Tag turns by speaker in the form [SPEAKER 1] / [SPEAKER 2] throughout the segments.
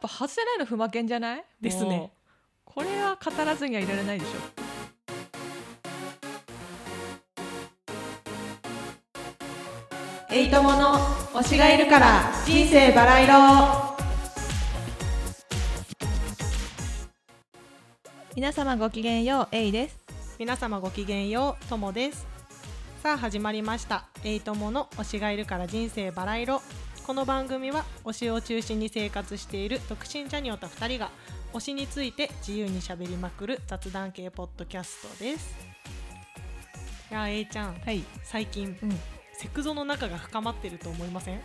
[SPEAKER 1] ぱ外せないの不負けんじゃない
[SPEAKER 2] ですね
[SPEAKER 1] もうこれは語らずにはいられないでしょ
[SPEAKER 3] エイトモの推しがいるから人生バラ色
[SPEAKER 1] 皆様ごきげんようエイです
[SPEAKER 2] 皆様ごきげんようともですさあ始まりましたエイトモの推しがいるから人生バラ色この番組は推しを中心に生活している独身ジャニオタ2人が推しについて自由にしゃべりまくる雑談系ポッドキャストですいやーえいちゃん
[SPEAKER 1] はい、
[SPEAKER 2] 最近
[SPEAKER 1] うん、
[SPEAKER 2] セクゾの仲が深まってると思いません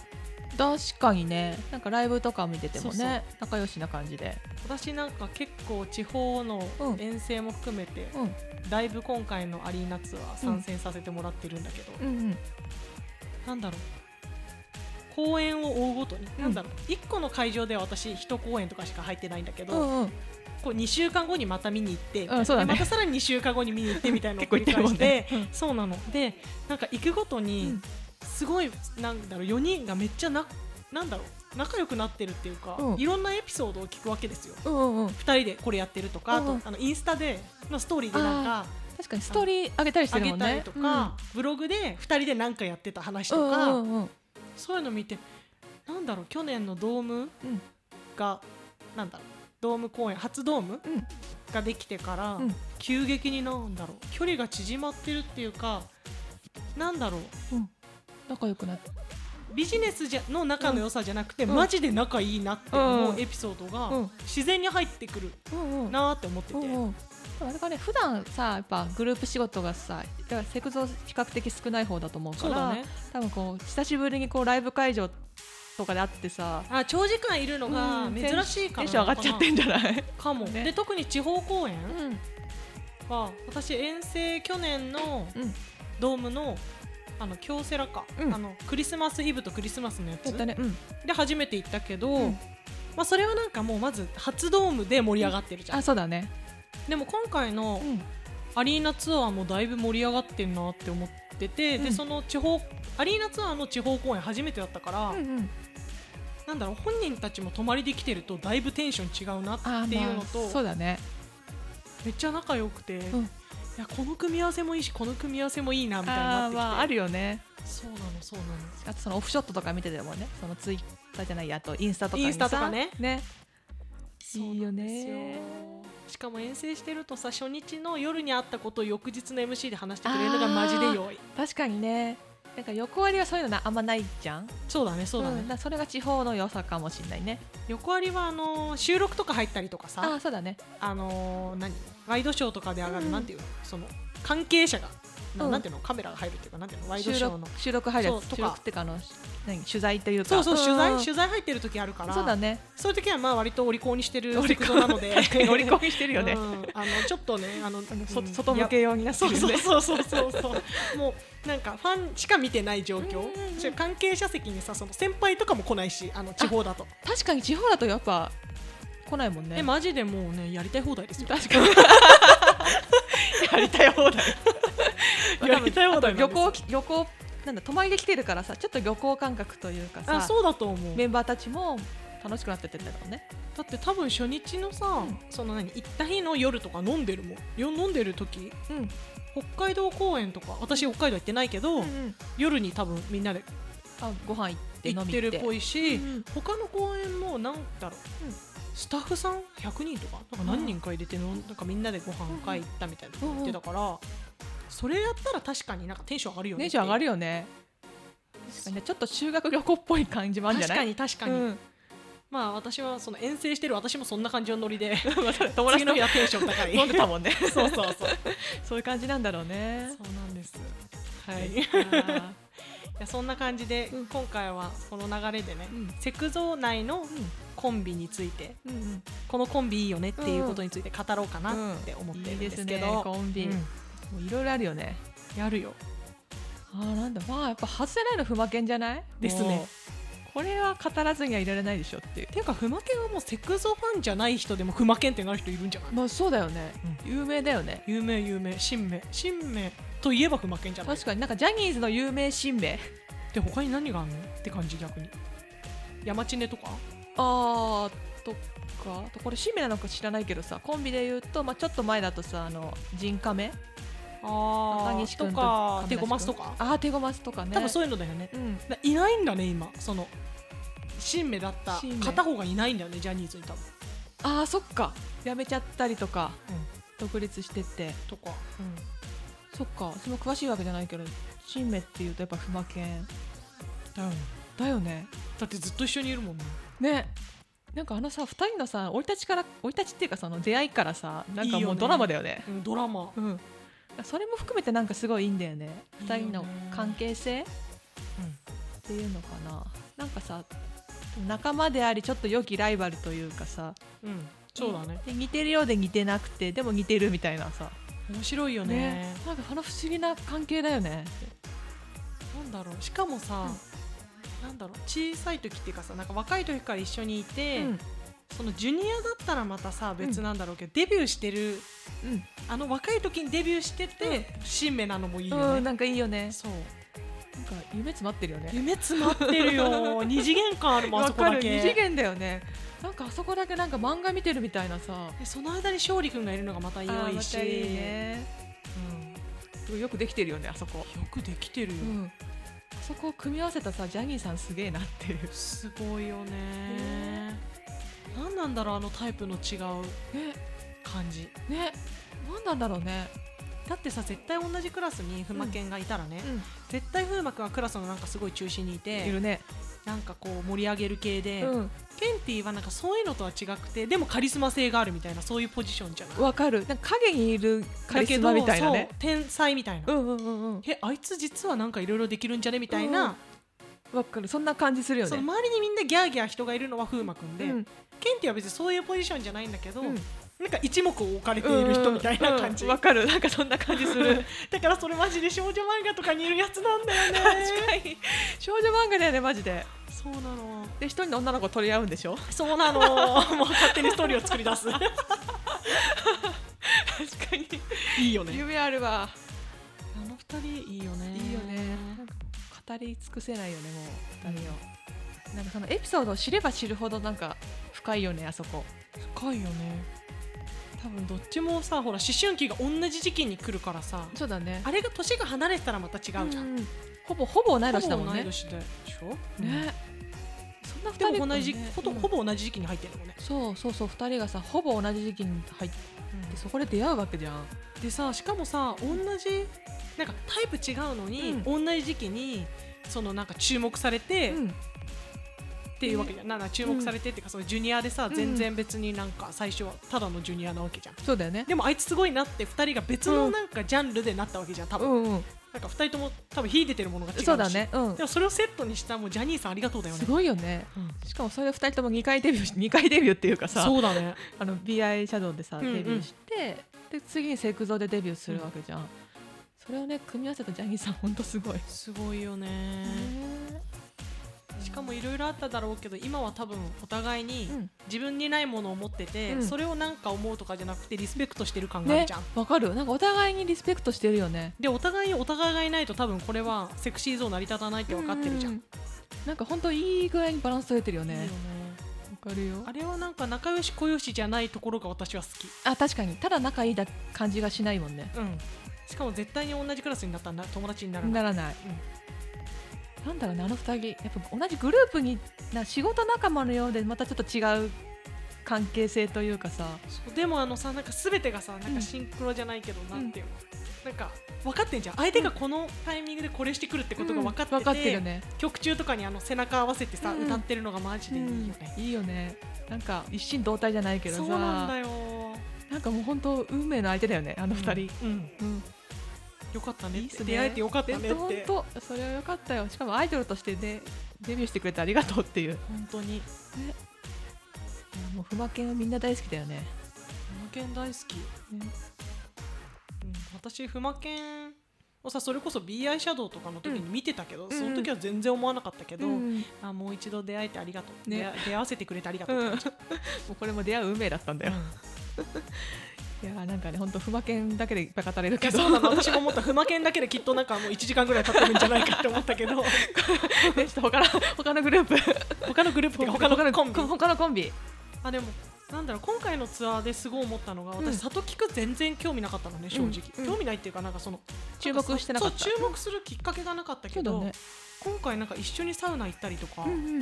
[SPEAKER 1] 確かにねなんかライブとか見ててもね
[SPEAKER 2] そうそう
[SPEAKER 1] 仲良しな感じで
[SPEAKER 2] 私なんか結構地方の
[SPEAKER 1] うん
[SPEAKER 2] 遠征も含めて、
[SPEAKER 1] うん
[SPEAKER 2] だいぶ今回のアリーナツアー参戦させてもらってるんだけど、
[SPEAKER 1] うん
[SPEAKER 2] なんだろう公演を追うごとに、
[SPEAKER 1] うん
[SPEAKER 2] なんだろう1個の会場では私1公演とかしか入ってないんだけ
[SPEAKER 1] う
[SPEAKER 2] ど、
[SPEAKER 1] んうんうん
[SPEAKER 2] こう2週間後にまた見に行って、
[SPEAKER 1] うんそうだね
[SPEAKER 2] でまたさらに2週間後に見に行ってみたいなのを繰 り
[SPEAKER 1] 結構
[SPEAKER 2] 返
[SPEAKER 1] 行っ
[SPEAKER 2] して
[SPEAKER 1] る
[SPEAKER 2] て、そうなのでなんか行くごとに、
[SPEAKER 1] うん
[SPEAKER 2] すごいなんだろう4人がめっちゃななんだろう仲良くなってるっていうか、
[SPEAKER 1] うん
[SPEAKER 2] いろんなエピソードを聞くわけですよ。
[SPEAKER 1] うんうんうん
[SPEAKER 2] 2人でこれやってるとか、あ
[SPEAKER 1] う
[SPEAKER 2] と
[SPEAKER 1] ん
[SPEAKER 2] あのインスタでのストーリーでなんか
[SPEAKER 1] 確かにストーリー上げたりして
[SPEAKER 2] あ
[SPEAKER 1] る
[SPEAKER 2] げ
[SPEAKER 1] もんね
[SPEAKER 2] たりとか、ブログで2人で何かやってた話
[SPEAKER 1] うん
[SPEAKER 2] とか、
[SPEAKER 1] うんうんうん
[SPEAKER 2] そういうの見てなんだろう去年のドーム
[SPEAKER 1] うん
[SPEAKER 2] が、なんだろうドーム公演初ドーム、
[SPEAKER 1] うん
[SPEAKER 2] ができてから、
[SPEAKER 1] うん
[SPEAKER 2] 急激になんだろう距離が縮まってるっていうかなんだろう
[SPEAKER 1] 仲良くなって
[SPEAKER 2] ビジネスじゃの仲の良さじゃなくて、
[SPEAKER 1] うん
[SPEAKER 2] マジで仲いいなって思うエピソード
[SPEAKER 1] う
[SPEAKER 2] が
[SPEAKER 1] ん
[SPEAKER 2] 自然に入ってくる
[SPEAKER 1] うんうん
[SPEAKER 2] なーって思ってて。
[SPEAKER 1] うんうんあれがね普段さやっぱグループ仕事がさだからセクゾ比較的少ない方だと思うか
[SPEAKER 2] そう
[SPEAKER 1] ら
[SPEAKER 2] だね
[SPEAKER 1] 多分こう久しぶりにこうライブ会場とかで会ってさ
[SPEAKER 2] あ長時間いるのが
[SPEAKER 1] うん
[SPEAKER 2] 珍しいか
[SPEAKER 1] テン
[SPEAKER 2] ら
[SPEAKER 1] ション上がっちゃってんじゃない、
[SPEAKER 2] かも、
[SPEAKER 1] ね
[SPEAKER 2] で特に地方公演
[SPEAKER 1] うん
[SPEAKER 2] は私遠征去年の
[SPEAKER 1] うん
[SPEAKER 2] ドームのあの京セラか、
[SPEAKER 1] うん
[SPEAKER 2] あのクリスマスイブとクリスマスのや
[SPEAKER 1] や
[SPEAKER 2] つ
[SPEAKER 1] ったねうん
[SPEAKER 2] で初めて行ったけど、
[SPEAKER 1] うん
[SPEAKER 2] まあ、それはなんかもうまず初ドームで盛り上がってるじゃん、
[SPEAKER 1] あそうだね
[SPEAKER 2] でも今回の
[SPEAKER 1] うん
[SPEAKER 2] アリーナツアーもだいぶ盛り上がってるなって思ってて、
[SPEAKER 1] うん
[SPEAKER 2] でその地方アリーナツアーの地方公演初めてだったから、
[SPEAKER 1] うんうん
[SPEAKER 2] なんだろう本人たちも泊まりで来てるとだいぶテンション違うなっていうのと、
[SPEAKER 1] まあそうだね
[SPEAKER 2] めっちゃ仲良くて、
[SPEAKER 1] ん
[SPEAKER 2] いやこの組み合わせもいいしこの組み合わせもいいなみたいになっ
[SPEAKER 1] あー
[SPEAKER 2] てきて、
[SPEAKER 1] まああるよね
[SPEAKER 2] そうなのそうなの
[SPEAKER 1] あとそのオフショットとか見ててもねそのツイッターじゃないやあとインスタとかにさ
[SPEAKER 2] インスタとかね
[SPEAKER 1] ね
[SPEAKER 2] そうなんですよ
[SPEAKER 1] いいよね
[SPEAKER 2] しかも遠征してるとさ初日の夜にあったことを翌日の MC で話してくれるのがマジで良い
[SPEAKER 1] 確かにねなんか横割りはそういうのなあんまないじゃん
[SPEAKER 2] そうだねそうだね、
[SPEAKER 1] んからそれが地方の良さかもしれないね
[SPEAKER 2] 横割りはあのー収録とか入ったりとか
[SPEAKER 1] あ
[SPEAKER 2] さ
[SPEAKER 1] あそうだね
[SPEAKER 2] あのー何ワイドショーとかで上がる、
[SPEAKER 1] うん
[SPEAKER 2] なんていうのその関係者が、な
[SPEAKER 1] うん
[SPEAKER 2] なんていうのカメラが入るっていうかなんていうのワイド
[SPEAKER 1] 収
[SPEAKER 2] ショーの
[SPEAKER 1] 録収録入るやつ
[SPEAKER 2] そうとか
[SPEAKER 1] 収録っていうかあの何取材というか
[SPEAKER 2] そうそう、取材
[SPEAKER 1] ん
[SPEAKER 2] 取材入ってる時あるから
[SPEAKER 1] そうだね
[SPEAKER 2] そういう時はまあ割とお利口にしてる
[SPEAKER 1] お利口
[SPEAKER 2] ことな ので
[SPEAKER 1] 乗り込みしてるよね、
[SPEAKER 2] うんあのちょっとねあの
[SPEAKER 1] そ
[SPEAKER 2] うん
[SPEAKER 1] 外向け用になって
[SPEAKER 2] そう
[SPEAKER 1] るよ
[SPEAKER 2] そう
[SPEAKER 1] ね
[SPEAKER 2] そうそうそうそうもうなんかファンしか見てない状況
[SPEAKER 1] うんうんうん
[SPEAKER 2] しかも関係者席にさその先輩とかも来ないしあの地方だと
[SPEAKER 1] 確かに地方だとやっぱ来ないもんね
[SPEAKER 2] えマジでもうねやりたい放題ですよ
[SPEAKER 1] 確か にやりたい放 題
[SPEAKER 2] やりたい放題なんです
[SPEAKER 1] 旅
[SPEAKER 2] よ
[SPEAKER 1] 行き旅行なんだ泊まりで来てるからさちょっと旅行感覚というか
[SPEAKER 2] あ
[SPEAKER 1] さ
[SPEAKER 2] そうだと思う
[SPEAKER 1] メンバーたちも楽しくなってってんだろうね
[SPEAKER 2] だって多分初日のさその何行った日の夜とか飲んでるもんよ飲んでる時
[SPEAKER 1] うん
[SPEAKER 2] 北海道公園とか私北海道行ってないけど夜に多分みんなで
[SPEAKER 1] あご飯行って飲
[SPEAKER 2] 行っ
[SPEAKER 1] み
[SPEAKER 2] て
[SPEAKER 1] 行
[SPEAKER 2] る
[SPEAKER 1] っ
[SPEAKER 2] ってぽいし
[SPEAKER 1] うん
[SPEAKER 2] 他の公園もなんだろう、
[SPEAKER 1] うん
[SPEAKER 2] スタッフさん100人とかなんか何人か入れての、なんかみんなでご飯会行ったみたいなこと言ってたから、それやったら確かになんかテンション上がるよね
[SPEAKER 1] テンション上がる
[SPEAKER 2] よ
[SPEAKER 1] よね確かにねちょっと修学旅行っぽい感じもあるんじゃ
[SPEAKER 2] 確
[SPEAKER 1] ない
[SPEAKER 2] かに確かに、
[SPEAKER 1] うん
[SPEAKER 2] まあ私はその遠征してる私もそんな感じのノ リで
[SPEAKER 1] 友 達
[SPEAKER 2] 次の
[SPEAKER 1] と
[SPEAKER 2] 日はテンション 高い
[SPEAKER 1] 飲んでたもんね
[SPEAKER 2] そうそう そうそう
[SPEAKER 1] そういう感じなんだろうね
[SPEAKER 2] なんですはいい
[SPEAKER 1] あ
[SPEAKER 2] やそんな感じで、
[SPEAKER 1] うん
[SPEAKER 2] 今回はこの流れでね、
[SPEAKER 1] ーうん
[SPEAKER 2] セクゾー内のコンビについて
[SPEAKER 1] うんうん
[SPEAKER 2] このコンビいいよねっていうことについて語ろうかなって思っ
[SPEAKER 1] い
[SPEAKER 2] てる
[SPEAKER 1] い
[SPEAKER 2] ん
[SPEAKER 1] で
[SPEAKER 2] ですすけ
[SPEAKER 1] ね
[SPEAKER 2] ど、
[SPEAKER 1] コンビ
[SPEAKER 2] うん
[SPEAKER 1] もういろいろあるよね
[SPEAKER 2] やるよ
[SPEAKER 1] あーなんだまあやっぱ外せないの不負けんじゃない
[SPEAKER 2] ですね
[SPEAKER 1] もうこれは語らずにはいられないでしょっていう
[SPEAKER 2] ていうか不負けはもうセクゾファンじゃない人でも不負けんってなる人いるんじゃない
[SPEAKER 1] まあそうだよね、有名だよね
[SPEAKER 2] 有名有名新名新名といえば不負けんじゃない
[SPEAKER 1] 確かになんかジャニーズの有名新名
[SPEAKER 2] で他に何があんのって感じ逆に山地ねとか
[SPEAKER 1] あーとかあとこれ趣味なのか知らないけどさコンビで言うと、まあ、ちょっと前だとさあの人カメ
[SPEAKER 2] あ
[SPEAKER 1] 中
[SPEAKER 2] あ
[SPEAKER 1] 西
[SPEAKER 2] と
[SPEAKER 1] 君と
[SPEAKER 2] か
[SPEAKER 1] 亀
[SPEAKER 2] 手
[SPEAKER 1] 梨君
[SPEAKER 2] ごますとか、
[SPEAKER 1] あーテゴマスとかね
[SPEAKER 2] 多分そういうのだよね
[SPEAKER 1] うん
[SPEAKER 2] だいないんだね今その新芽だった
[SPEAKER 1] 新芽
[SPEAKER 2] 片方がいないんだよねジャニーズに多分、
[SPEAKER 1] あーそっかやめちゃったりとか独立してって、
[SPEAKER 2] とか
[SPEAKER 1] そっかその詳しいわけじゃないけど新芽っていうとやっぱ不魔犬
[SPEAKER 2] だよね
[SPEAKER 1] だよね
[SPEAKER 2] だってずっと一緒にいるもんね
[SPEAKER 1] ねなんかあのさ2人のさ生い立ちから生い立ちっていうかその出会いからさなんか
[SPEAKER 2] いいよ
[SPEAKER 1] もう
[SPEAKER 2] ね
[SPEAKER 1] ドラマだよね
[SPEAKER 2] うんドラマ
[SPEAKER 1] うんそれも含めてなんかすごいいいんだよね
[SPEAKER 2] いいよ
[SPEAKER 1] 2
[SPEAKER 2] ね
[SPEAKER 1] 人の関係性っていうのかななんかさ仲間でありちょっと良きライバルというかさ
[SPEAKER 2] うん、そうだね
[SPEAKER 1] で似てるようで似てなくてでも似てるみたいなさ
[SPEAKER 2] 面白いよね
[SPEAKER 1] ねなんかその不思議な関係だよね
[SPEAKER 2] なんだろうしかもさ、なんだろう小さい時っていうかさなんか若い時から一緒にいて、
[SPEAKER 1] うん
[SPEAKER 2] そのジュニアだったらまたさ別なんだろうけど、デビューしてるあの若い時にデビューしてて、新芽なのもいいよ
[SPEAKER 1] うん、
[SPEAKER 2] ね、
[SPEAKER 1] なんかいいよね
[SPEAKER 2] そう
[SPEAKER 1] なんか夢詰まってるよね
[SPEAKER 2] 夢詰まってる よ二次元感あるもんあそこだけ
[SPEAKER 1] 二次元だよねなんかあそこだけなんか漫画見てるみたいなさ
[SPEAKER 2] でその間に勝利君がいるのがまた良
[SPEAKER 1] あー
[SPEAKER 2] い
[SPEAKER 1] ま
[SPEAKER 2] し、
[SPEAKER 1] たいいねすごいよくできてるよねあそこ、
[SPEAKER 2] うんよくできてるよ、
[SPEAKER 1] うん、あそこを組み合わせたさジャニーさんすげえなって いう
[SPEAKER 2] すごいよね何なんだろうあのタイプの違う
[SPEAKER 1] ね
[SPEAKER 2] 感じ
[SPEAKER 1] ね何なんだろうね
[SPEAKER 2] だってさ絶対同じクラスに風磨犬がいたらね、絶対風磨君はクラスのなんかすごい中心にい
[SPEAKER 1] いる
[SPEAKER 2] て
[SPEAKER 1] ね、
[SPEAKER 2] なんかこう盛り上げる系で、
[SPEAKER 1] うん
[SPEAKER 2] ケンティーはなんかそういうのとは違くてでもカリスマ性があるみたいなそういうポジションじゃない
[SPEAKER 1] わかるなんか影にいるカリスマ
[SPEAKER 2] だけど
[SPEAKER 1] みたいなね
[SPEAKER 2] そう天才みたいな、
[SPEAKER 1] うんうんうんうん
[SPEAKER 2] えあいつ実はなんかいろいろできるんじゃねみたいな、
[SPEAKER 1] わかるそんな感じするよ
[SPEAKER 2] そ
[SPEAKER 1] ね
[SPEAKER 2] の周りにみんなギャーギャー人がいるのは風磨君で、
[SPEAKER 1] うん
[SPEAKER 2] ケンティーは別にそういうポジションじゃないんだけど、
[SPEAKER 1] うん
[SPEAKER 2] なんか一目置かれている人みたいな感じ、
[SPEAKER 1] うんわ、かるなんかそんな感じする
[SPEAKER 2] だからそれマジで少女漫画とかにいるやつなんだよね
[SPEAKER 1] 確かに 少女漫画だよねマジで
[SPEAKER 2] そうなの
[SPEAKER 1] で一人の女の子取り合うんでしょ
[SPEAKER 2] そ うなのもう勝手にストーリーを作り出す
[SPEAKER 1] 確かに
[SPEAKER 2] いいよね
[SPEAKER 1] 夢あるわ
[SPEAKER 2] あの二人いいよね
[SPEAKER 1] いいよねなんか語り尽くせないよねもう二人を、なんかそのエピソードを知れば知るほどなんか深いよねあそこ
[SPEAKER 2] 深いよね多分どっちもさほら思春期が同じ時期に来るからさ
[SPEAKER 1] そうだね
[SPEAKER 2] あれが年が離れてたらまた違うじゃん、
[SPEAKER 1] うんほぼほぼ同い年だ
[SPEAKER 2] ほ
[SPEAKER 1] もん
[SPEAKER 2] ぼ同
[SPEAKER 1] ね
[SPEAKER 2] い年でしょ、
[SPEAKER 1] ねそんな二
[SPEAKER 2] で
[SPEAKER 1] 人
[SPEAKER 2] も同じ、
[SPEAKER 1] ね
[SPEAKER 2] ほと
[SPEAKER 1] うん
[SPEAKER 2] ほぼ同じ時期に入ってるもんね、
[SPEAKER 1] そうそうそう二人がさほぼ同じ時期に入ってそこで出会うわけじゃん
[SPEAKER 2] でさしかもさ同じなんかタイプ違うのに、同じ時期にそのなんか注目されて、
[SPEAKER 1] うん
[SPEAKER 2] っていうわけじゃんなんか注目されてっていうか、そのジュニアでさ
[SPEAKER 1] ん
[SPEAKER 2] 全然別になんか最初はただのジュニアなわけじゃん
[SPEAKER 1] そうだよね
[SPEAKER 2] でもあいつすごいなって2人が別のなんかジャンルでなったわけじゃん多
[SPEAKER 1] う
[SPEAKER 2] 分、
[SPEAKER 1] んうん
[SPEAKER 2] なんか2人とも多分秀でてるものが違うし
[SPEAKER 1] そうだねうん
[SPEAKER 2] でもそれをセットにしたもうジャニーさんありがとうだよね
[SPEAKER 1] すごいよね
[SPEAKER 2] うん
[SPEAKER 1] しかもそれで二人とも二回デビューし二回デビューっていうかさ
[SPEAKER 2] そうだね
[SPEAKER 1] あの BI シャドウでさ
[SPEAKER 2] うん
[SPEAKER 1] デ
[SPEAKER 2] うん
[SPEAKER 1] ビューして、で次にセクゾでデビューするわけじゃん、それをね組み合わせたジャニーさんほんとすごい、
[SPEAKER 2] すごいよね、しかもいろいろあっただろうけど今は多分お互いに
[SPEAKER 1] うん
[SPEAKER 2] 自分にないものを持ってて、
[SPEAKER 1] うん
[SPEAKER 2] それをなんか思うとかじゃなくてリスペクトしてる感がある
[SPEAKER 1] ね
[SPEAKER 2] じゃん、
[SPEAKER 1] わかるなんかお互いにリスペクトしてるよね
[SPEAKER 2] でお互いにお互いがいないと多分これはセクシーゾーン成り立たないって分かってるじゃん、
[SPEAKER 1] うなんかほんといい具合にバランス取れてるよ
[SPEAKER 2] いい
[SPEAKER 1] ね
[SPEAKER 2] よ
[SPEAKER 1] わかるよ
[SPEAKER 2] あれはなんか仲良し小良しじゃないところが私は好き、
[SPEAKER 1] あ確かにただ仲いいだ感じがしないもんね
[SPEAKER 2] うん、しかも絶対に同じクラスになったらな友達にならない
[SPEAKER 1] ならない、なんだろうねあの二人やっぱ同じグループにな仕事仲間のようでまたちょっと違う関係性というかさ
[SPEAKER 2] そうでもあのさなんか全てがさなん
[SPEAKER 1] う
[SPEAKER 2] か
[SPEAKER 1] ん
[SPEAKER 2] シンクロじゃないけど、
[SPEAKER 1] ん
[SPEAKER 2] なんていうのなんか分かってんじゃん相手がこのタイミングでこれしてくるってことが分かってて,、
[SPEAKER 1] 分かってるね
[SPEAKER 2] 曲中とかにあの背中合わせてさ、
[SPEAKER 1] うん
[SPEAKER 2] 歌ってるのがマジでいいよね、
[SPEAKER 1] いいよねなんか一心同体じゃないけどさ
[SPEAKER 2] そうなんだ
[SPEAKER 1] な
[SPEAKER 2] よ
[SPEAKER 1] んかもう本当運命の相手だよねあの二人、
[SPEAKER 2] うん、うん
[SPEAKER 1] うん
[SPEAKER 2] よかったね
[SPEAKER 1] いい
[SPEAKER 2] っ
[SPEAKER 1] ってすね
[SPEAKER 2] 出会えてよかったね
[SPEAKER 1] 本
[SPEAKER 2] って
[SPEAKER 1] 当本当それは良かったよしかもアイドルとしてでデビューしてくれてありがとうっていう
[SPEAKER 2] 本当に
[SPEAKER 1] もう不負けはみんな大好きだよね
[SPEAKER 2] ふまけん大好き、うん、私ふまけんをさそれこそ B アイシャドウとかの時に見てたけど、
[SPEAKER 1] ん
[SPEAKER 2] その時は全然思わなかったけど、
[SPEAKER 1] うん
[SPEAKER 2] あもう一度出会えてありがとう、
[SPEAKER 1] ね
[SPEAKER 2] 出会出会わせてくれてありがとう
[SPEAKER 1] う
[SPEAKER 2] っ
[SPEAKER 1] ん
[SPEAKER 2] て
[SPEAKER 1] も
[SPEAKER 2] 感じ、
[SPEAKER 1] うこれも出会う運命だったんだよ、 いやーなんかね本当不負けだけでいっぱい語れる
[SPEAKER 2] い
[SPEAKER 1] け
[SPEAKER 2] や
[SPEAKER 1] ど
[SPEAKER 2] そうなの私も思ったふまけんだけできっとなんかもう1時間ぐらい経ってるんじゃないかって思ったけど
[SPEAKER 1] ねちょっと他の他のグループ
[SPEAKER 2] 他のグループっていうか他の
[SPEAKER 1] 他の
[SPEAKER 2] コンビ
[SPEAKER 1] 他のコンビ
[SPEAKER 2] あでもなんだろう今回のツアーですごい思ったのが私、
[SPEAKER 1] うん
[SPEAKER 2] 里菊全然興味なかったのね正直、
[SPEAKER 1] うん
[SPEAKER 2] 興味ないっていうかなんかその
[SPEAKER 1] 注目してなかった
[SPEAKER 2] そう注目するきっかけがなかったけ
[SPEAKER 1] そうだ
[SPEAKER 2] ど、
[SPEAKER 1] ね
[SPEAKER 2] 今回なんか一緒にサウナ行ったりとか、
[SPEAKER 1] うんうん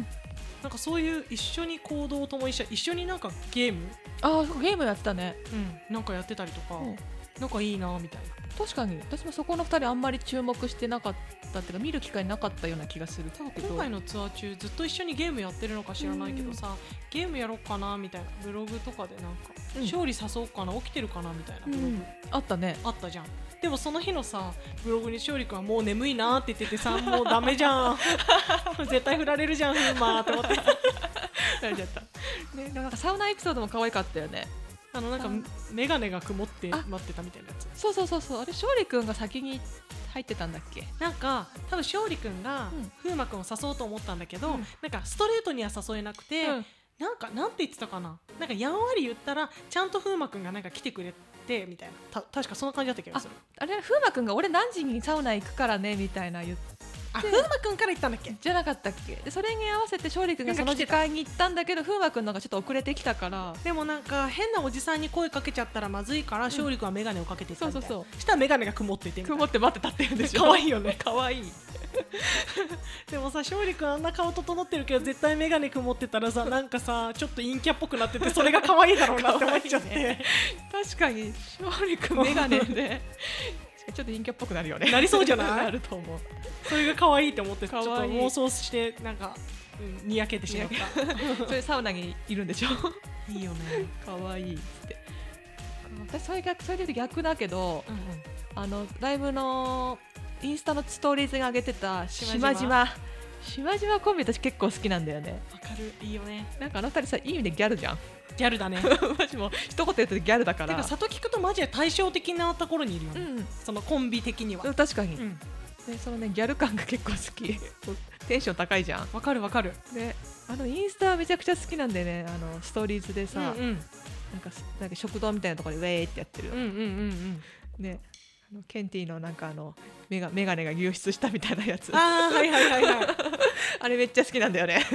[SPEAKER 2] なんかそういう一緒に行動を共にした一緒になんかゲーム、
[SPEAKER 1] あーゲームやってたね
[SPEAKER 2] うん、なんかやってたりとか、
[SPEAKER 1] うん
[SPEAKER 2] なんかいいなみたいな
[SPEAKER 1] 確かに私もそこの2人あんまり注目してなかったっていうか見る機会なかったような気がする
[SPEAKER 2] 多分
[SPEAKER 1] けど
[SPEAKER 2] 今回のツアー中ずっと一緒にゲームやってるのか知らないけどさ、ゲームやろうかなみたいなブログとかでなんか、
[SPEAKER 1] うん
[SPEAKER 2] 勝利誘おうかな起きてるかなみたいなブログ、
[SPEAKER 1] うんあったね
[SPEAKER 2] あったじゃんでもその日のさブログに勝利君はもう眠いなって言っててさもうダメじゃん 絶対振られるじゃん風 磨って思って なれちゃった
[SPEAKER 1] ねなんかサウナエピソードも可愛かったよね
[SPEAKER 2] あのなんか眼鏡が曇って
[SPEAKER 1] あ
[SPEAKER 2] 待ってたみたいなやつ
[SPEAKER 1] そうそうそうそうあれ勝利君が先に入ってたんだっけ
[SPEAKER 2] なんか多分勝利君が
[SPEAKER 1] うん
[SPEAKER 2] 風磨君を誘おうと思ったんだけど、
[SPEAKER 1] うん
[SPEAKER 2] なんかストレートには誘えなくて、
[SPEAKER 1] うん
[SPEAKER 2] なんかなんて言ってたかななんかやんわり言ったらちゃんと風磨君がなんか来てくれてみたいなた確かそんな感じだった気がする
[SPEAKER 1] あれ風磨君が俺何時にサウナ行くからねみたいな言っ
[SPEAKER 2] あ風磨君から言ったんだっけ
[SPEAKER 1] じゃなかったっけでそれに合わせて勝利君がその時間に行ったんだけど風磨君の方がちょっと遅れてきたから
[SPEAKER 2] でもなんか変なおじさんに声かけちゃったらまずいから勝利君は眼鏡をかけてたみたいな
[SPEAKER 1] そうそうそ
[SPEAKER 2] したら眼鏡が曇っててみたいな
[SPEAKER 1] 曇って待ってたって言うんでしょ
[SPEAKER 2] 可愛いよね
[SPEAKER 1] 可愛いい
[SPEAKER 2] でもさ勝利君あんな顔整ってるけど絶対眼鏡曇ってたらさなんかさちょっと陰キャっぽくなっててそれが可愛いだろうなって思っちゃって、
[SPEAKER 1] 確か に勝利君メガネでちょっと陰キャっぽくなるよね
[SPEAKER 2] なりそうじゃない
[SPEAKER 1] なると思う
[SPEAKER 2] それが可愛いって思ってちょっと
[SPEAKER 1] 可愛い
[SPEAKER 2] 妄想してなんか、うんにやけてしまった
[SPEAKER 1] それサウナにいるんでしょ
[SPEAKER 2] いいよね、
[SPEAKER 1] 可愛いいっつって私それ逆それで言うと逆だけど
[SPEAKER 2] うんうん、
[SPEAKER 1] あのライブのインスタのストーリーズが上げてた島
[SPEAKER 2] 島々
[SPEAKER 1] 々島々コンビ私結構好きなんだよね
[SPEAKER 2] わかるいいよね
[SPEAKER 1] なんかあの二人さいい意味でギャルじゃん
[SPEAKER 2] ギャルだね
[SPEAKER 1] 私も一言言ってギャルだか
[SPEAKER 2] て
[SPEAKER 1] ら
[SPEAKER 2] か里聞くとマジで対照的なところにいるよ
[SPEAKER 1] う
[SPEAKER 2] ね、
[SPEAKER 1] ん
[SPEAKER 2] そのコンビ的には
[SPEAKER 1] でも確かに、
[SPEAKER 2] うん
[SPEAKER 1] でそのねギャル感が結構好き テンション高いじゃん
[SPEAKER 2] わかるわかる
[SPEAKER 1] であのインスタめちゃくちゃ好きなんでねあのストーリーズでさ、
[SPEAKER 2] うんうん
[SPEAKER 1] なんかすなんか食堂みたいなところでウェーってやってる、
[SPEAKER 2] うんうんうん
[SPEAKER 1] ねあのケンティーのなんかあのメガメガネが流出したみたいなやつ
[SPEAKER 2] うんああはいはいはいはい
[SPEAKER 1] あれめっちゃ好きなんだよね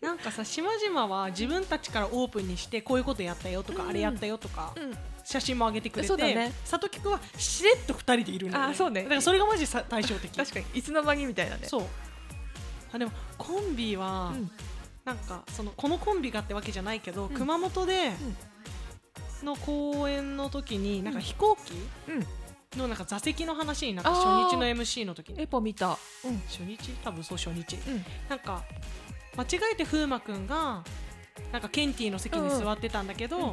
[SPEAKER 2] なんかさ島々は自分たちからオープンにしてこういうことやったよとか、
[SPEAKER 1] うん
[SPEAKER 2] あれやったよとか、
[SPEAKER 1] う
[SPEAKER 2] 写真も上げてくれて
[SPEAKER 1] そうだね
[SPEAKER 2] 里菊はしれっと二人でいるんだよ、ね、
[SPEAKER 1] あーそうね
[SPEAKER 2] だからそれがマジさ対照的
[SPEAKER 1] 確かにいつの間にみたいなね
[SPEAKER 2] そうあでもコンビは、
[SPEAKER 1] うん
[SPEAKER 2] なんかそのこのコンビがってわけじゃないけど、熊本での公演の時になんか飛行機、
[SPEAKER 1] うん
[SPEAKER 2] のなんか座席の話になった
[SPEAKER 1] あー
[SPEAKER 2] 初日の MC の時に
[SPEAKER 1] エポ見た
[SPEAKER 2] 初日多分そう初日、
[SPEAKER 1] ん
[SPEAKER 2] なんか間違えて風磨くんがなんかケンティーの席に座ってたんだけど、
[SPEAKER 1] うんうん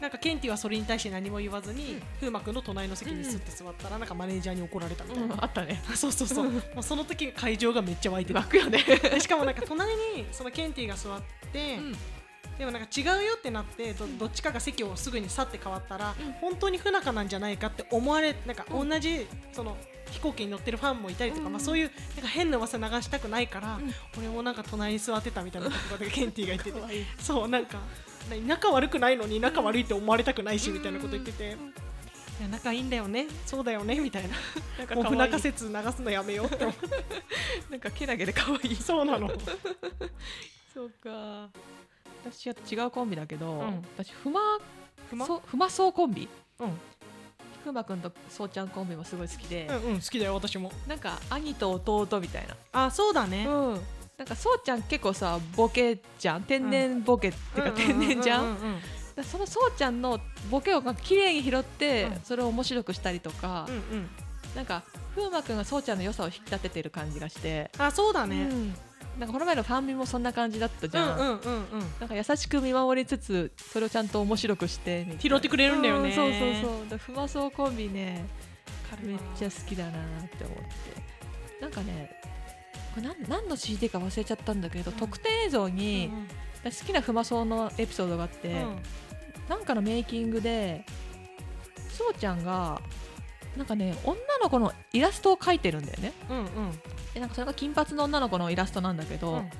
[SPEAKER 2] なんかケンティーはそれに対して何も言わずに、
[SPEAKER 1] うん
[SPEAKER 2] 風磨くんの隣の席にすって座ったらなんかマネージャーに怒られたみたいな、
[SPEAKER 1] あったね
[SPEAKER 2] そうそうそう、もうその時会場がめっちゃ湧いてた
[SPEAKER 1] 泣くよね
[SPEAKER 2] でしかもなんか隣にそのケンティが座って、でもなんか違うよってなってどどっちかが席をすぐに去って変わったら、
[SPEAKER 1] うん
[SPEAKER 2] 本当に不仲なんじゃないかって思われなんか
[SPEAKER 1] う
[SPEAKER 2] 同
[SPEAKER 1] ん
[SPEAKER 2] じその飛行機に乗ってるファンもいたりとか、
[SPEAKER 1] うん
[SPEAKER 2] まあ、そういうなんか変な噂流したくないから、
[SPEAKER 1] うん
[SPEAKER 2] 俺もなんか隣に座ってたみたいなことでケンティが 言ってて
[SPEAKER 1] 可愛い
[SPEAKER 2] そうなんかな仲悪くないのに仲悪いって思われたくないしみたいなこと言ってて。
[SPEAKER 1] うん
[SPEAKER 2] いや仲いいんだよね、そうだよねみたいな、
[SPEAKER 1] なんか
[SPEAKER 2] もう不
[SPEAKER 1] 不
[SPEAKER 2] 仲
[SPEAKER 1] 仲せ
[SPEAKER 2] 説流すのやめようって思って、
[SPEAKER 1] なんかけなげで可 愛い
[SPEAKER 2] そうなの。
[SPEAKER 1] そうか私は違うコンビだけど、
[SPEAKER 2] うん
[SPEAKER 1] 私ふま
[SPEAKER 2] 不満
[SPEAKER 1] そうふまそうコンビ
[SPEAKER 2] うん、
[SPEAKER 1] くまくんとそうちゃんコンビもすごい好きで、
[SPEAKER 2] うんうん好きだよ私も
[SPEAKER 1] なんか兄と弟みたいな
[SPEAKER 2] あそうだね
[SPEAKER 1] うん、なんかそうちゃん結構さボケじゃん天然ボケっていうか天然じゃん,、
[SPEAKER 2] うううん
[SPEAKER 1] そのそうちゃんのボケをなんか綺麗に拾って、
[SPEAKER 2] うん
[SPEAKER 1] それを面白くしたりとか、
[SPEAKER 2] うんうんうん
[SPEAKER 1] なんか風磨くんがそうちゃんの良さを引き立ててる感じがして、
[SPEAKER 2] あそうだ
[SPEAKER 1] う
[SPEAKER 2] ね
[SPEAKER 1] んなんかこの前のファンミもそんな感じだったじ
[SPEAKER 2] うん
[SPEAKER 1] ゃん、
[SPEAKER 2] うんうんうん
[SPEAKER 1] なんか優しく見守りつつそれをちゃんと面白くしてみたいな
[SPEAKER 2] 拾ってくれるんだよね
[SPEAKER 1] うそうそうそうだから不和そうコンビねめっちゃ
[SPEAKER 2] ゃ
[SPEAKER 1] 好きだなって思ってなんかねこれ何何の CD か忘れちゃったんだけど、
[SPEAKER 2] うん
[SPEAKER 1] 特典映像に、私好きなフマソウのエピソードがあって、なんかのメイキングでそうちゃんがなんかね女の子のイラストを描いてるんだよね
[SPEAKER 2] うんうん
[SPEAKER 1] でなんかそれが金髪の女の子のイラストなんだけど、
[SPEAKER 2] うん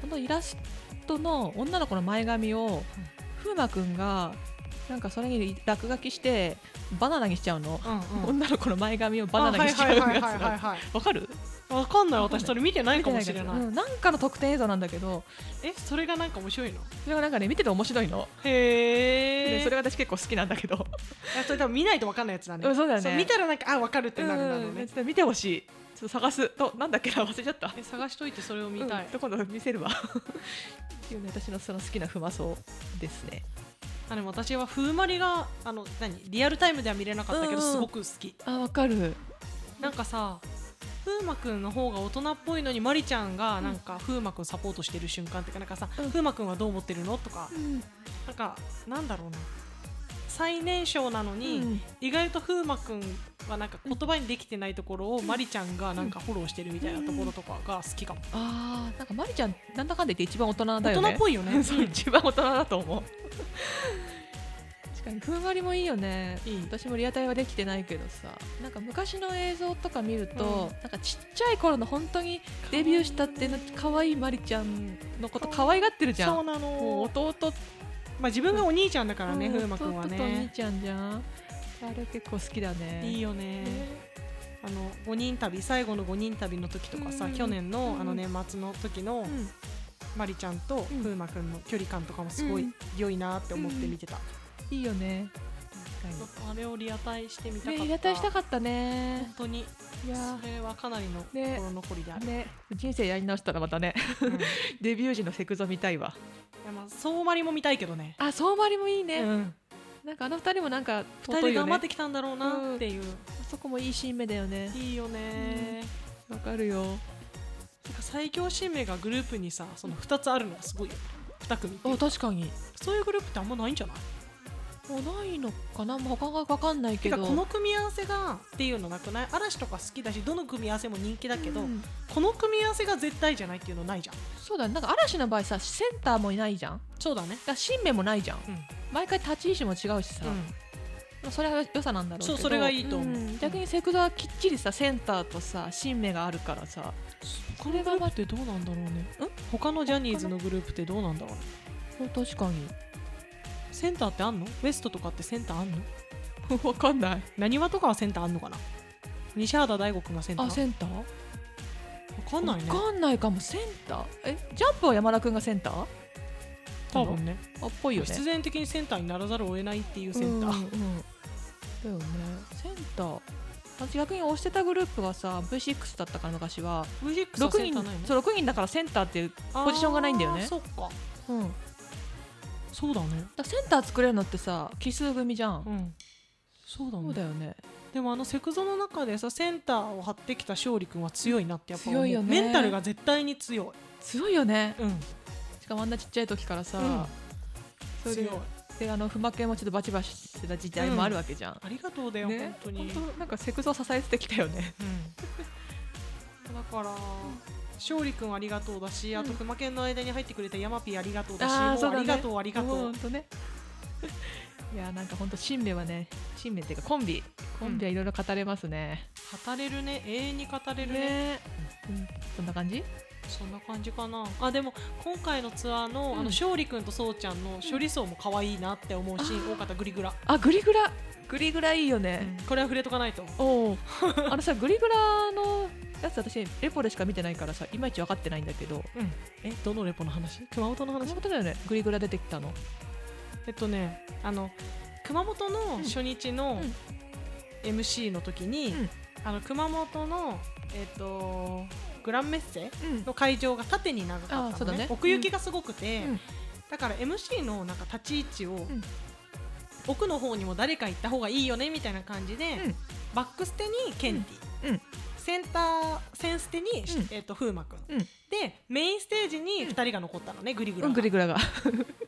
[SPEAKER 1] そのイラストの女の子の前髪を風磨くんがなんかそれに落書きしてバナナにしちゃうの、
[SPEAKER 2] うんうん
[SPEAKER 1] 女の子の前髪をバナナにしちゃうやつ
[SPEAKER 2] あはいはいはいはい
[SPEAKER 1] が
[SPEAKER 2] はい
[SPEAKER 1] わかる
[SPEAKER 2] わかんない私それ見てないかもしれない、
[SPEAKER 1] うんなんかの特典映像なんだけど
[SPEAKER 2] えそれがなんか面白いの
[SPEAKER 1] それがなんかね見てて面白いの、
[SPEAKER 2] へ
[SPEAKER 1] で
[SPEAKER 2] え
[SPEAKER 1] それが私結構好きなんだけど
[SPEAKER 2] あそれ多分見ないとわかんないやつだね
[SPEAKER 1] うんそうだね
[SPEAKER 2] 見たらなんかあわかるってなるんだろう
[SPEAKER 1] うん
[SPEAKER 2] ね
[SPEAKER 1] ちょっと見てほしいちょっと探すとなんだっけな忘れちゃった
[SPEAKER 2] え探しといてそれを見たい、
[SPEAKER 1] うん今度見せるわ っていうね私のその好きな不魔そうですね
[SPEAKER 2] あでも私は風まりがあの何リアルタイムでは見れなかったけど
[SPEAKER 1] うんうん
[SPEAKER 2] すごく好き、
[SPEAKER 1] あわかる
[SPEAKER 2] なんかさ風磨くんの方が大人っぽいのにまりちゃんがなんか風磨くんサポートしてる瞬間っていうかなんかさ、
[SPEAKER 1] うん
[SPEAKER 2] 風磨くんはどう思ってるのとか
[SPEAKER 1] うん
[SPEAKER 2] なんかなんだろうな最年少なのに、
[SPEAKER 1] うん
[SPEAKER 2] 意外と風磨くんはなんか言葉にできてないところをまりちゃんがなんかフォローしてるみたいなところとかが好きかも、
[SPEAKER 1] あーなんかまりちゃんなんだかんだ言って一番大人だ
[SPEAKER 2] 大
[SPEAKER 1] よ
[SPEAKER 2] 人
[SPEAKER 1] ね
[SPEAKER 2] っぽいよね
[SPEAKER 1] そう一番大人だと思う確かにふんわりもいいよね
[SPEAKER 2] いい
[SPEAKER 1] 私もリアタイはできてないけどさなんか昔の映像とか見ると、なんかちっちゃい頃の本当にデビューしたっての可愛いまりちゃんのこと可愛がってるじゃん
[SPEAKER 2] そう
[SPEAKER 1] も
[SPEAKER 2] な
[SPEAKER 1] う
[SPEAKER 2] の
[SPEAKER 1] 弟と
[SPEAKER 2] まあ自分がお兄ちゃんだからね
[SPEAKER 1] うん
[SPEAKER 2] 風磨くんは
[SPEAKER 1] 弟とお兄
[SPEAKER 2] ね
[SPEAKER 1] ちゃんじゃんあれ結構好きだね
[SPEAKER 2] いい
[SPEAKER 1] よ
[SPEAKER 2] よねあの5人旅最後の5人旅の時とかさ、
[SPEAKER 1] うん
[SPEAKER 2] 去年の
[SPEAKER 1] うん
[SPEAKER 2] あの年末の時の、まりちゃんと
[SPEAKER 1] うん
[SPEAKER 2] 風磨くんの距離感とかもすご
[SPEAKER 1] う
[SPEAKER 2] い
[SPEAKER 1] ん
[SPEAKER 2] 良いなって思って見てた、
[SPEAKER 1] いいよね確か
[SPEAKER 2] あれをリアタイしてみたかっ
[SPEAKER 1] に
[SPEAKER 2] た
[SPEAKER 1] ねリアタイした
[SPEAKER 2] 本
[SPEAKER 1] かったね
[SPEAKER 2] 当に
[SPEAKER 1] いや
[SPEAKER 2] それはかなりの
[SPEAKER 1] ね
[SPEAKER 2] 心残りであ
[SPEAKER 1] ー
[SPEAKER 2] る、
[SPEAKER 1] ね人生やり直したらまたね
[SPEAKER 2] うんい
[SPEAKER 1] デビュー時のセクゾ見たいわ
[SPEAKER 2] やまあそうまりも見たいけどね
[SPEAKER 1] あそうまりもいいね、
[SPEAKER 2] うん
[SPEAKER 1] なんかあの二人もなんか
[SPEAKER 2] 二人で頑張っててきたんだろうなっていう、
[SPEAKER 1] あそこもいいシーン目だよね
[SPEAKER 2] いいよね、
[SPEAKER 1] わかるよ
[SPEAKER 2] なんか最強新名がグループにさその2つあるのがすごいよ2組っていう
[SPEAKER 1] あ確かに
[SPEAKER 2] そういうグループってあんまないんじゃない
[SPEAKER 1] もうないのかな、まあ、他がわかんないけ
[SPEAKER 2] て
[SPEAKER 1] ど
[SPEAKER 2] かこの組み合わせがっていうのなくない嵐とか好きだしどの組み合わせも人気だけど、
[SPEAKER 1] うん
[SPEAKER 2] この組み合わせが絶対じゃないっていうのないじゃん
[SPEAKER 1] そうだねなんか嵐の場合さセンターもいないじゃんだか
[SPEAKER 2] そうだね
[SPEAKER 1] ら新名もないじゃん
[SPEAKER 2] うん、
[SPEAKER 1] 毎回立ち位置も違うしさ、
[SPEAKER 2] うん
[SPEAKER 1] まあそれは良さなんだろうけど
[SPEAKER 2] そうそれがいいと思うん
[SPEAKER 1] 逆にセクドはきっちりさセンターとさ新名があるからさ
[SPEAKER 2] これがだってどうなんだろうね他のジャニーズのグループってどうなんだろうね
[SPEAKER 1] お確かに
[SPEAKER 2] センターってあんのウエストとかってセンターあんの
[SPEAKER 1] わかんない
[SPEAKER 2] なにわとかはセンターあんのかな西畑大吾くんがセンター
[SPEAKER 1] あセンター
[SPEAKER 2] わかんないね
[SPEAKER 1] わかんないかもセンターえジャンプは山田くんがセンター
[SPEAKER 2] 多分ね
[SPEAKER 1] あっぽいよね
[SPEAKER 2] 必然的にセンターにならざるを得ないっていうセンター、
[SPEAKER 1] うんうんだよねセンター私逆に推してたグループがさ V6 だったから昔は
[SPEAKER 2] V6 は
[SPEAKER 1] 6
[SPEAKER 2] セン
[SPEAKER 1] 人
[SPEAKER 2] ターないの
[SPEAKER 1] そう6人だからセンターっていう、
[SPEAKER 2] あー
[SPEAKER 1] ポジションがないんだよね
[SPEAKER 2] そっか
[SPEAKER 1] うん、だか
[SPEAKER 2] そうだね
[SPEAKER 1] らセンター作れるのってさ奇数組じゃん、
[SPEAKER 2] うんそうだ
[SPEAKER 1] そう
[SPEAKER 2] ね
[SPEAKER 1] だよね
[SPEAKER 2] でもあのセクゾの中でさセンターを張ってきた勝利君は強いなってやっぱ思う
[SPEAKER 1] 強いよね
[SPEAKER 2] メンタルが絶対に強
[SPEAKER 1] 強いよね
[SPEAKER 2] い、うん、
[SPEAKER 1] しかもあんなちっちゃい時からさ、
[SPEAKER 2] うん
[SPEAKER 1] それで
[SPEAKER 2] 強い
[SPEAKER 1] であの不負けもちょっとバチバチしてた時代もあるわけじゃん、
[SPEAKER 2] ありがとうだよ、
[SPEAKER 1] ね
[SPEAKER 2] 本当に
[SPEAKER 1] 本当なんかセクゾを支えてきたよね
[SPEAKER 2] うん、だから勝利君ありがとうだし、あ
[SPEAKER 1] う
[SPEAKER 2] と
[SPEAKER 1] ん
[SPEAKER 2] 熊犬の間に入ってくれた山ピーありがとうだし、
[SPEAKER 1] あー
[SPEAKER 2] も
[SPEAKER 1] そう
[SPEAKER 2] う
[SPEAKER 1] だね
[SPEAKER 2] ありがとうありがとう、
[SPEAKER 1] 本当ね いやなんか本当新名はね新名っていうかコンビコンビはいろいろ語れますね、
[SPEAKER 2] 語れるね永遠に語れるね
[SPEAKER 1] ね、うん、そんな感じ
[SPEAKER 2] そんな感じかなあでも今回のツアーの,、
[SPEAKER 1] うん
[SPEAKER 2] あの勝利君とそうちゃんの処理層も可愛いなって思うシーン、
[SPEAKER 1] あー
[SPEAKER 2] 多かったグリグラ、
[SPEAKER 1] あグリグラグリグラいいよね、
[SPEAKER 2] これは触れとかないと
[SPEAKER 1] おお あのさグリグラのやつ私レポでしか見てないからさいまいち分かってないんだけど
[SPEAKER 2] えどのレポの話熊本の
[SPEAKER 1] この
[SPEAKER 2] 話
[SPEAKER 1] ことだよねグリグラ出てきたの
[SPEAKER 2] えっとねあの熊本の初日の
[SPEAKER 1] うん
[SPEAKER 2] MC の時に、
[SPEAKER 1] うん
[SPEAKER 2] あの熊本のえっとグランメッセ
[SPEAKER 1] うん
[SPEAKER 2] の会場が縦に長かったの、ね
[SPEAKER 1] あそうだね
[SPEAKER 2] 奥行きがすごくて、
[SPEAKER 1] うん
[SPEAKER 2] だから MC のなんか立ち位置を、
[SPEAKER 1] ん
[SPEAKER 2] 奥の方にも誰か行った方がいいよねみたいな感じで、
[SPEAKER 1] うん
[SPEAKER 2] バックステにケンティ、
[SPEAKER 1] うんうん
[SPEAKER 2] センターセンステに、
[SPEAKER 1] ん
[SPEAKER 2] えっと風磨くん、
[SPEAKER 1] うん
[SPEAKER 2] でメインステージに2人が残ったのね、グリグラ
[SPEAKER 1] う
[SPEAKER 2] が
[SPEAKER 1] んグリグラが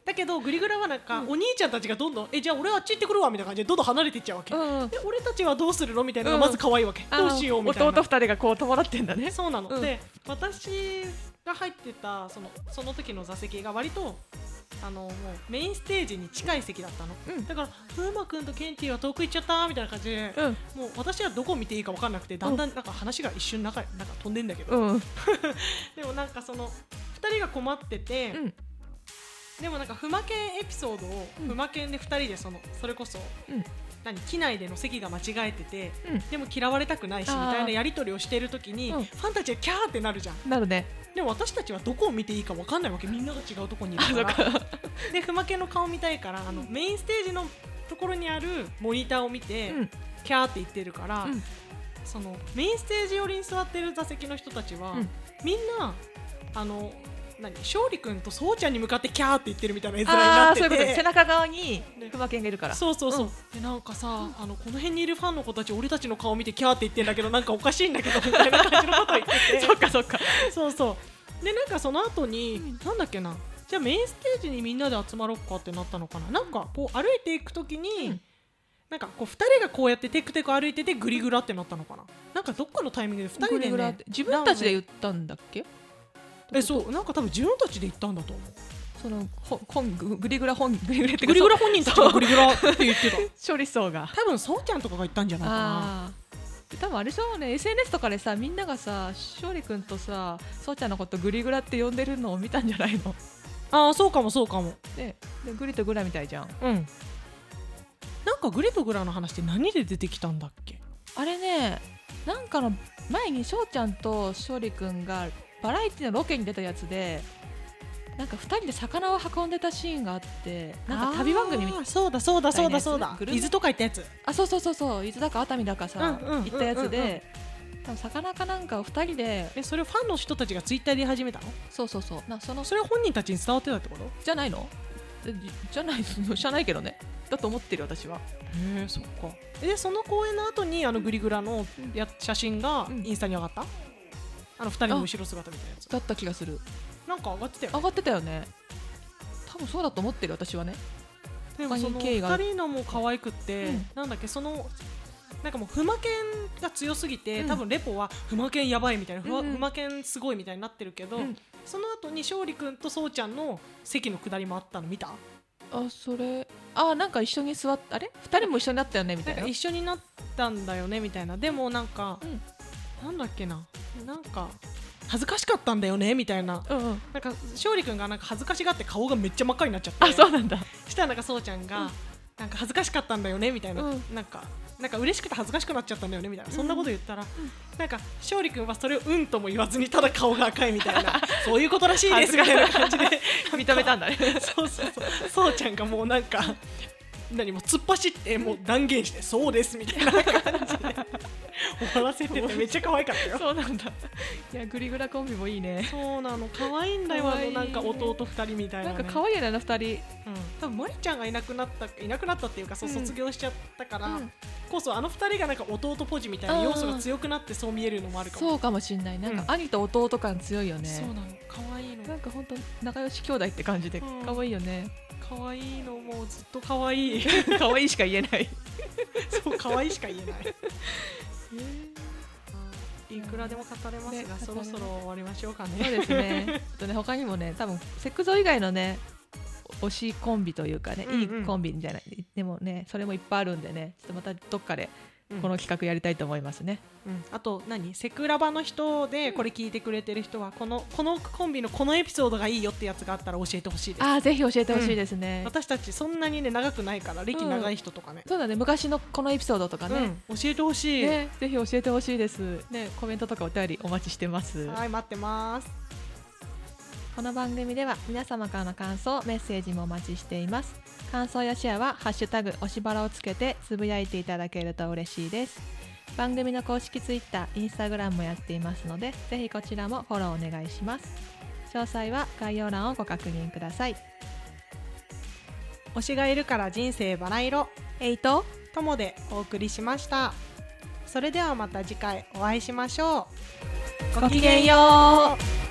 [SPEAKER 2] だけどグリグラはなんか、お兄ちゃんたちがどんどんえじゃあ俺あっち行ってくるわみたいな感じでどんどん離れていっちゃ うわけ、
[SPEAKER 1] うん
[SPEAKER 2] で俺たちはどうするのみたいなの
[SPEAKER 1] うん
[SPEAKER 2] がまず可愛いわけ、どうしようみたいな
[SPEAKER 1] 弟二人がこう伴ってんだね
[SPEAKER 2] そうなの、
[SPEAKER 1] うん
[SPEAKER 2] で私が入ってたそのその時の座席が割とあのもうメインステージに近い席だったの、
[SPEAKER 1] うん
[SPEAKER 2] だから風磨君とケンティは遠く行っちゃったみたいな感じで、
[SPEAKER 1] うん
[SPEAKER 2] もう私はどこ見ていいか分かんなくてだんだんなんか話が一瞬なんかなんか飛んでんだけど、
[SPEAKER 1] うん
[SPEAKER 2] でもなんかその2人が困ってて、
[SPEAKER 1] うん
[SPEAKER 2] でもなんか不魔剣エピソードを
[SPEAKER 1] うん
[SPEAKER 2] 不魔剣で2人でそのそれこそ、
[SPEAKER 1] うん
[SPEAKER 2] 何機内での席が間違えてて、
[SPEAKER 1] うん
[SPEAKER 2] でも嫌われたくないしみ
[SPEAKER 1] あー
[SPEAKER 2] たいなやり取りをしてる時に、
[SPEAKER 1] うん
[SPEAKER 2] ファンたちがキャーってなるじゃん
[SPEAKER 1] なるね
[SPEAKER 2] でも私たちはどこを見ていいかわかんないわけみんなが違うとこにいるからでふまけの顔見たいからあのメインステージのところにあるモニターを見
[SPEAKER 1] う
[SPEAKER 2] て、
[SPEAKER 1] ん
[SPEAKER 2] キャーって言ってるから、
[SPEAKER 1] うん
[SPEAKER 2] そのメインステージ寄りに座ってる座席の人たちは、
[SPEAKER 1] うん
[SPEAKER 2] みんなあの何勝利君とそうちゃんに向かってキャーって言ってるみたいな絵面にな
[SPEAKER 1] あ
[SPEAKER 2] っ
[SPEAKER 1] ーそうい
[SPEAKER 2] て
[SPEAKER 1] うことね背
[SPEAKER 2] て。
[SPEAKER 1] 中側に
[SPEAKER 2] ね
[SPEAKER 1] 熊犬がいるから
[SPEAKER 2] そうそうそう、でなんかさ、あのこの辺にいるファンの子たち俺たちの顔見てキャーって言ってんだけどなんかおかしいんだけどみたいな感じのことを言ってて
[SPEAKER 1] そっかそっか
[SPEAKER 2] そうそうでなんかその後に、
[SPEAKER 1] うん
[SPEAKER 2] なんだっけなじゃあメインステージにみんなで集まろうかってなったのかななんかこう歩いていくときに、
[SPEAKER 1] うん
[SPEAKER 2] なんかこう2人がこうやってテクテク歩いててグリグラってなったのかななんかどっかのタイミングで2人
[SPEAKER 1] これ
[SPEAKER 2] で、
[SPEAKER 1] ぐらいあっ
[SPEAKER 2] ね
[SPEAKER 1] て、自分たちで言ったんだっけ
[SPEAKER 2] えそうなんか多分自分たちで行ったんだと思う
[SPEAKER 1] そのほ本ググリグラ本 グリグラって
[SPEAKER 2] グリグ
[SPEAKER 1] ラ
[SPEAKER 2] ラ本人たちがグリグラって言 ってた
[SPEAKER 1] 処理層が
[SPEAKER 2] 多分そうちゃんとかが行ったんじゃないかな
[SPEAKER 1] あー多分あれでしょうね SNS とかでさみんながさ勝利君とさそうちゃんのことグリグラって呼んでるのを見たんじゃないの
[SPEAKER 2] ああそうかもそうかも
[SPEAKER 1] ででグリとグラみたいじゃん
[SPEAKER 2] うんなんかグリとグラの話って何で出てきたんだっけ
[SPEAKER 1] あれねなんかの前に翔ちゃんと勝利君がバラエティのロケに出たやつでなんか2人で魚を運んでたシーンがあってなんか旅番組みたい
[SPEAKER 2] あ
[SPEAKER 1] な
[SPEAKER 2] ーそうだそうだそうだそうだ
[SPEAKER 1] グルメ
[SPEAKER 2] 伊豆とか行ったやつ
[SPEAKER 1] あそうそうそうそう伊豆だか熱海だかさ、
[SPEAKER 2] うんうんうんうん
[SPEAKER 1] 行ったやつで多分魚かなんかを2人で
[SPEAKER 2] えそれをファンの人たちがツイッターで言い始めたの
[SPEAKER 1] そうそうそうなその
[SPEAKER 2] それは本人たちに伝わってたってことへ
[SPEAKER 1] じゃないのえじじゃない 知らないけどねだと思ってる私は
[SPEAKER 2] えそっかでその公演の後にあのグリグラのや写真が
[SPEAKER 1] うん
[SPEAKER 2] インスタに上がった、あの二人の後ろ姿みたいなやつ
[SPEAKER 1] だった気がする
[SPEAKER 2] なんか上がってたよね
[SPEAKER 1] 上がってたよね多分そうだと思ってる私はね
[SPEAKER 2] でもその
[SPEAKER 1] 他に経緯が
[SPEAKER 2] 2人のも可愛くって、
[SPEAKER 1] うん
[SPEAKER 2] なんだっけそのなんかもうふまけんが強すぎて、
[SPEAKER 1] うん
[SPEAKER 2] 多分レポはふまけんやばいみたいなふわ、
[SPEAKER 1] うんうん
[SPEAKER 2] ふまけんすごいみたいになってるけど、
[SPEAKER 1] うん
[SPEAKER 2] その後に勝利君とそうちゃんの席の下りもあったの見た
[SPEAKER 1] あそれあなんか一緒に座ってあれ2人も一緒になったよねみた
[SPEAKER 2] ないん
[SPEAKER 1] な
[SPEAKER 2] か一緒になったんだよねみたいなでもなんか、
[SPEAKER 1] うん
[SPEAKER 2] なんだっけななんか恥ずかしかったんだよねみたいな
[SPEAKER 1] うんうん
[SPEAKER 2] なんか勝利君がなんか恥ずかしがって顔がめっちゃ真っ赤になっちゃって
[SPEAKER 1] あそうなんだ
[SPEAKER 2] したらなんかそうちゃんが、
[SPEAKER 1] うん
[SPEAKER 2] なんか恥ずかしかったんだよねみたいな、
[SPEAKER 1] うん
[SPEAKER 2] なんかなんか嬉しくて恥ずかしくなっちゃったんだよねみたいなそんなこと言ったら、なんか勝利君はそれをうんとも言わずにただ顔が赤いみ たいなそういうことらしいですみたいな感じで
[SPEAKER 1] 認めたんだね
[SPEAKER 2] そうそうそうそうちゃんがもうなんか何もう突っ走ってもう断言してそうですみたいな感じで終わらせててめっちゃ可愛かった よ。
[SPEAKER 1] そうなんだ いやグリグラコンビもいいね
[SPEAKER 2] そうなの可愛いんだよ
[SPEAKER 1] 可
[SPEAKER 2] あ
[SPEAKER 1] 愛い
[SPEAKER 2] のなんか弟二人みたいな、
[SPEAKER 1] な
[SPEAKER 2] ね、
[SPEAKER 1] んか可愛いよねあの2人
[SPEAKER 2] うん、多分マリちゃんがいなくなったいなくなったっていうかそう
[SPEAKER 1] うん
[SPEAKER 2] 卒業しちゃったから、
[SPEAKER 1] うん
[SPEAKER 2] こそあの二人がなんか弟ポジみたいな要素が強くなってそう見えるのもあるかも
[SPEAKER 1] そうかもしんないなん
[SPEAKER 2] う
[SPEAKER 1] か
[SPEAKER 2] ん
[SPEAKER 1] 兄と弟感強いよね
[SPEAKER 2] そうなの可愛いの
[SPEAKER 1] なんか本当仲良し兄弟って感じで
[SPEAKER 2] うん
[SPEAKER 1] 可愛いよね
[SPEAKER 2] 可愛いのもうずっと可愛い
[SPEAKER 1] 可愛いしか言えない
[SPEAKER 2] そう可愛いしか言え ないいくらでも語れます
[SPEAKER 1] ね
[SPEAKER 2] が、
[SPEAKER 1] 語れ
[SPEAKER 2] そろ
[SPEAKER 1] ます
[SPEAKER 2] そろ終わりましょうか
[SPEAKER 1] そう
[SPEAKER 2] ね
[SPEAKER 1] ですね。あとね他にもね多分セクゾ以外のね推しコンビというかね、
[SPEAKER 2] うんうん
[SPEAKER 1] いいコンビじゃないでもねそれもいっぱいあるんでねちょっとまたどっかでこの、企画やりたいと思いますね。
[SPEAKER 2] うんあと何セクラバの人でこれ聞いてくれてる人はこのこのコンビのこのエピソードがいいよってやつがあったら教えてほしいです
[SPEAKER 1] ああぜひ教えてほしいですね。
[SPEAKER 2] 私たちそんなにね長くないから歴長い人とかね、
[SPEAKER 1] そうだね昔のこのエピソードとかね,、
[SPEAKER 2] うん教えてほしい、
[SPEAKER 1] ねぜひ教えてほしいです。ねコメントとかお便りお待ちしてます。
[SPEAKER 2] はい待ってます
[SPEAKER 1] この番組では皆様からの感想メッセージもお待ちしています感想やシェアは「ハッシュタグおしばら」をつけてつぶやいていただけると嬉しいです番組の公式ツイッターインスタグラムもやっていますのでぜひこちらもフォローお願いします詳細は概要欄をご確認ください
[SPEAKER 2] 推しがいるから人生バラ色
[SPEAKER 1] えいと
[SPEAKER 2] ともでお送りしましたそれではまた次回お会いしましょう
[SPEAKER 3] ごきげんよう